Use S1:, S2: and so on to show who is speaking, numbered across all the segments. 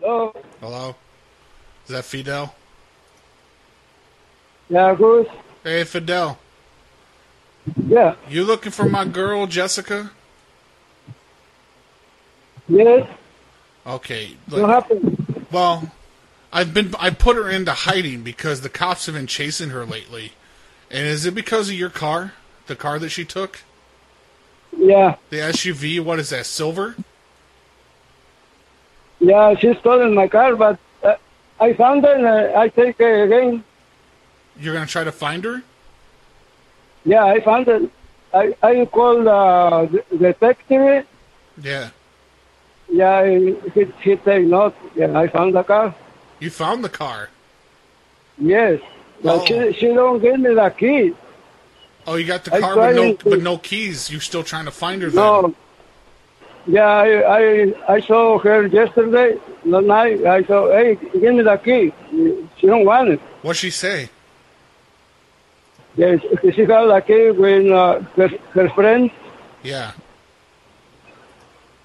S1: Hello.
S2: Hello? Is that Fidel?
S1: Yeah, who's?
S2: Hey, Fidel.
S1: Yeah.
S2: You looking for my girl, Jessica?
S1: Yes.
S2: Okay. look-
S1: What happened?
S2: Well, I've been I put her into hiding because the cops have been chasing her lately. And is it because of your car? The car that she took?
S1: Yeah.
S2: The SUV, what is that, silver?
S1: Yeah, she stolen my car, but uh, I found her and uh, I take her again.
S2: You're going to try to find her?
S1: Yeah, I found her. I, I called uh, the the factory.
S2: Yeah.
S1: Yeah, I- he, he take note. Yeah, I found the car.
S2: You found the car.
S1: Yes. But
S2: Oh.
S1: she, she don't give me the key.
S2: Oh, you got the
S1: I
S2: car but no
S1: tried to-
S2: but no keys. You still trying to find her then?
S1: No. Yeah, I, I I saw her yesterday the night. I saw, hey, give me the key. She don't want it.
S2: What'd she say?
S1: Yes, she got the key with uh, her, her friend.
S2: Yeah.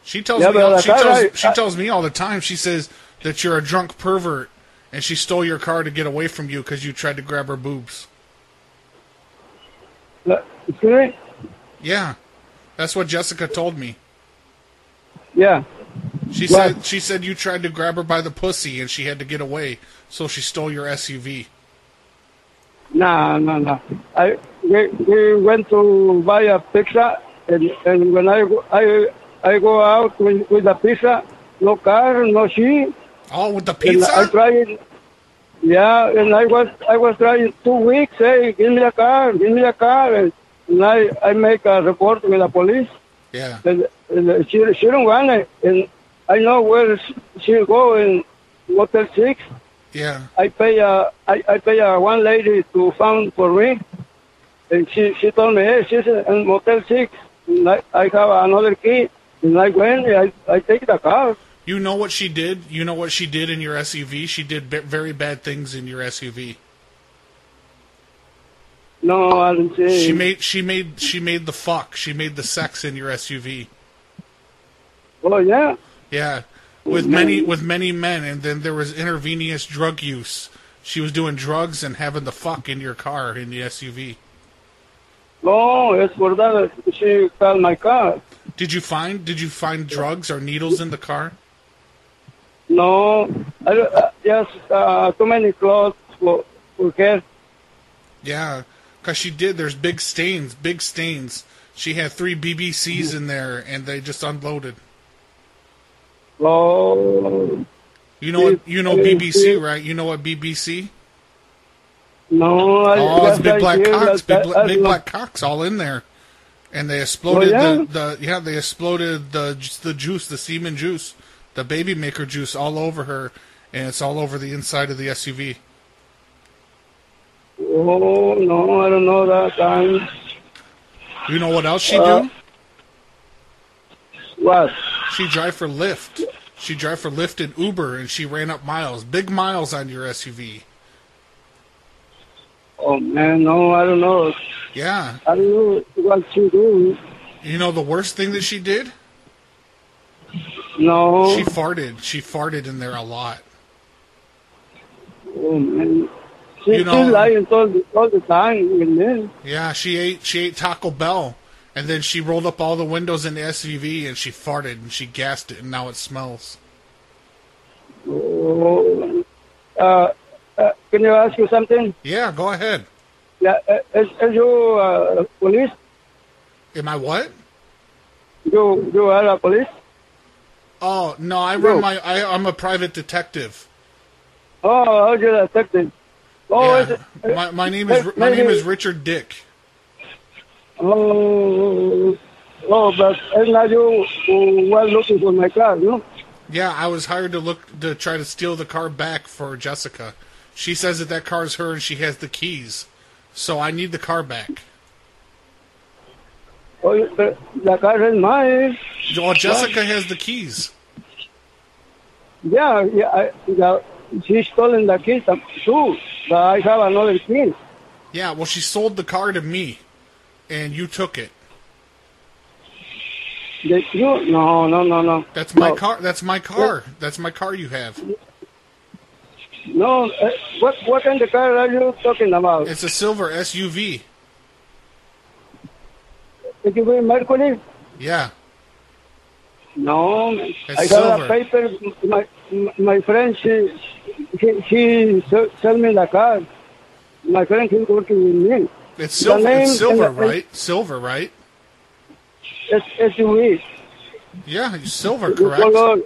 S2: She tells
S1: Yeah,
S2: me
S1: but
S2: all,
S1: like,
S2: she
S1: I-
S2: tells
S1: I-
S2: she
S1: I-
S2: tells me all the time. She says that you're a drunk pervert and she stole your car to get away from you because you tried to grab her boobs.
S1: The- uh, Excuse me?
S2: Yeah, that's what Jessica told me.
S1: Yeah.
S2: She
S1: What?
S2: said she said you tried to grab her by the pussy and she had to get away, so she stole your SUV.
S1: No, no, no. I we, we went to buy a pizza, and, and when I go- I I go out with with a pizza, no car, no she.
S2: Oh, with the
S1: And I
S2: pizza?
S1: tried. Yeah, and I was I was trying two weeks. Hey, give me a car, give me a car, and, and I I make a report with the police,
S2: yeah.
S1: and, and she she don't want it, and I know where she- she go in Motel Six.
S2: Yeah.
S1: I pay uh, I, I pay uh, one lady to found for me, and she, she told me, hey, she's in Motel 6, and I, I have another key, and I went, I, I take the car.
S2: You know what she did? You know what she did in your SUV? She did b- very bad things in your SUV.
S1: No, I didn't see.
S2: She made she made she made the fuck. She made the sex in your SUV.
S1: oh, yeah?
S2: Yeah, with many with many men, and then there was intravenous drug use. She was doing drugs and having the fuck in your car in the SUV.
S1: No, it's for that she called my car.
S2: Did you find did you find drugs or needles in the car?
S1: No, I, don't- uh, yes, uh, too many clothes for, for her.
S2: Yeah, cause she did. There's big stains, big stains. She had three BBCs in there, and they just unloaded.
S1: Oh,
S2: You know what? You know BBC, right? You know what BBC?
S1: no, I
S2: Oh, it's
S1: just I
S2: big black
S1: hear
S2: cocks,
S1: that-
S2: big, bla-
S1: I- I
S2: big
S1: don't-
S2: black cocks, all in there, and they exploded
S1: yeah?
S2: the, the yeah they exploded the ju- the juice, the semen juice, the baby maker juice, all over her, and it's all over the inside of the SUV.
S1: Oh, no, I don't know that time.
S2: You know what else she
S1: Uh,
S2: do?
S1: What?
S2: She drive for Lyft. She drive for Lyft and Uber, and she ran up miles, big miles on your SUV.
S1: Oh man, no, I don't know.
S2: Yeah,
S1: I don't know what she do.
S2: you know the worst thing that she did?
S1: No.
S2: She farted. She farted in there a lot.
S1: oh man. She,
S2: You know-
S1: she lying all the, all the time with me.
S2: Yeah, she ate she ate Taco Bell, and then she rolled up all the windows in the SUV and she farted and she gassed it, and now it smells.
S1: Oh. Uh, uh, can you ask you something?
S2: Yeah, go ahead.
S1: Yeah, uh, is, is you uh, police?
S2: Am I what?
S1: You you are a police?
S2: Oh no, I run
S1: No.
S2: my I, I'm a private detective.
S1: Oh, how you detective? Oh, is
S2: Yeah.
S1: it,
S2: My my name is my name is Richard Dick.
S1: oh, oh, but it's not you who were looking for my car, no?
S2: Yeah, I was hired to look to try to steal the car back for Jessica. She says that that car's her and she has the keys, so I need the car back.
S1: Oh, but the car is mine.
S2: Well, Jessica has the keys.
S1: Yeah, yeah, I, yeah. She stolen the keys um, too, but I have another key.
S2: Yeah, well, she sold the car to me, and you took it.
S1: They, you, no, no, no, no.
S2: That's my
S1: No.
S2: car. That's my car. That's my car you have.
S1: No, uh, what what kind of car are you talking about?
S2: It's a silver SUV.
S1: Did you bring Mercury?
S2: Yeah.
S1: No, I
S2: silver.
S1: got a paper. My my friend, she she, she se- sell me the car. My friend, he's working with me.
S2: It's silver. It's
S1: name
S2: silver,
S1: and the-
S2: right? Silver, right?
S1: It's it's eh? we.
S2: Yeah, it's silver,
S1: The
S2: correct?
S1: color-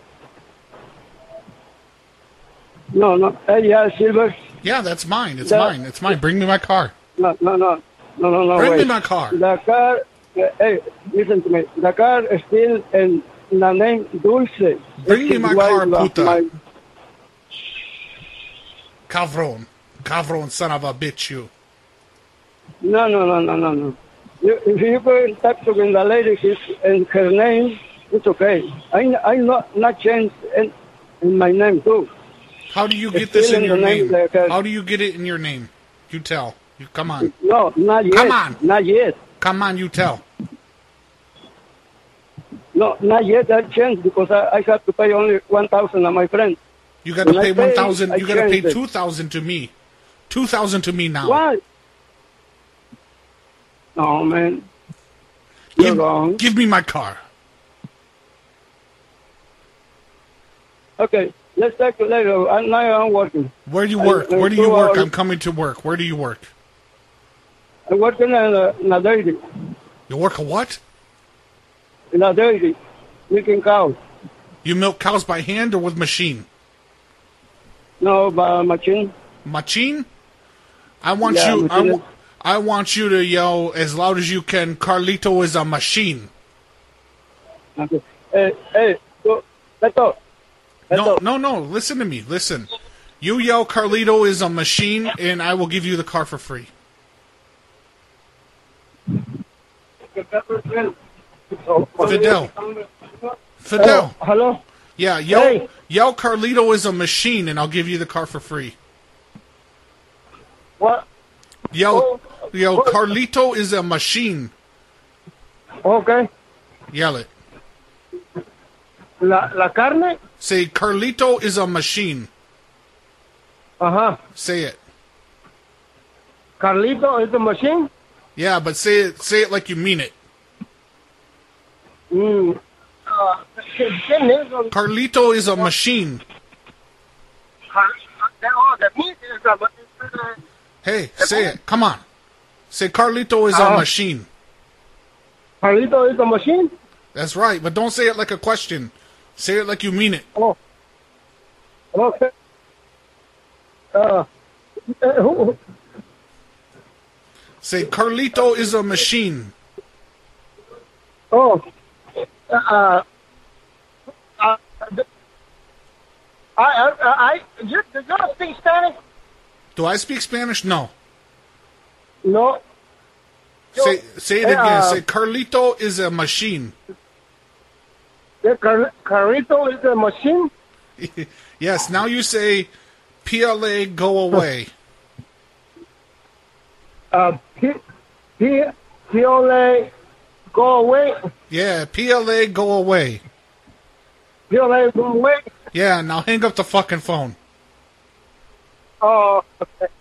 S1: No, no. Uh, yeah, silver.
S2: Yeah, that's mine. It's
S1: The-
S2: mine. It's mine. Bring me my car.
S1: No, no, no, no, no, no.
S2: Bring me
S1: Oh, wait.
S2: my car.
S1: The car. Uh, hey, listen to me. The car is still in the name Dulce.
S2: Bring me
S1: It's
S2: my
S1: why
S2: car,
S1: the-
S2: puta.
S1: my-
S2: Cavron. Cavron, son of a bitch, you.
S1: No, no, no, no, no, no. You, if you go in touch with the lady she's- and her name, it's okay. I I not not change in, in my name too.
S2: How do you get
S1: It's
S2: this
S1: still
S2: in
S1: in
S2: your
S1: the name
S2: name?
S1: of the car.
S2: How do you get it in your name? You tell. You come on.
S1: No, not yet.
S2: Come on.
S1: Not yet.
S2: Come on, you tell.
S1: No, not yet. I changed because I, I have to pay only one thousand on my friend.
S2: You got to
S1: When I
S2: pay
S1: pay,
S2: one thousand.
S1: I
S2: You got to pay
S1: changed it.
S2: two thousand to me. Two thousand to me now.
S1: Why? No, man. You're wrong.
S2: Give, give me my car.
S1: Okay, let's talk later. I, now I'm working.
S2: Where do you work?
S1: I- I
S2: Where do you
S1: go
S2: work?
S1: out-
S2: I'm coming to work. Where do you work?
S1: I'm working in a, in a dairy,
S2: You work a what?
S1: in a dairy, milking cows.
S2: You milk cows by hand or with machine?
S1: No, by machine.
S2: Machine? I want
S1: Yeah,
S2: you. I,
S1: machine.
S2: wa- I want you to yell as loud as you can. Carlito is a machine.
S1: Okay. Hey, hey, so, let's talk. Let's
S2: No,
S1: talk.
S2: no, no. Listen to me. Listen. You yell Carlito is a machine, and I will give you the car for free. Fidel. Fidel.
S1: Oh, hello?
S2: Yeah, yell,
S1: Hey.
S2: yell Carlito is a machine, and I'll give you the car for free.
S1: What?
S2: Yell,
S1: Oh.
S2: yell
S1: Oh.
S2: Carlito is a machine.
S1: Okay.
S2: Yell it.
S1: La, la carne?
S2: Say Carlito is a machine.
S1: Ajá.
S2: Say it.
S1: Carlito is the machine?
S2: Yeah, but say it. Say it like you mean it.
S1: Mm. Uh, ¿Quién es?
S2: Carlito is a machine. Hey, say it. Come on. Say Carlito is a
S1: Uh.
S2: machine.
S1: Carlito is the machine?
S2: That's right, but don't say it like a question. Say it like you mean it.
S1: Oh. Okay. Uh, eh, who, who-
S2: Say Carlito is a machine.
S1: oh. Uh, uh, I, I, I, you, do you speak Spanish?
S2: Do I speak Spanish? No.
S1: No.
S2: Say say it
S1: Hey,
S2: again.
S1: uh,
S2: say Carlito is a machine.
S1: The car, carrito is a machine?
S2: yes, now you say PLA go away.
S1: Uh, he, he, he only go away.
S2: Yeah, PLA go away.
S1: He only go away.
S2: Yeah, now hang up the fucking phone.
S1: Oh, okay.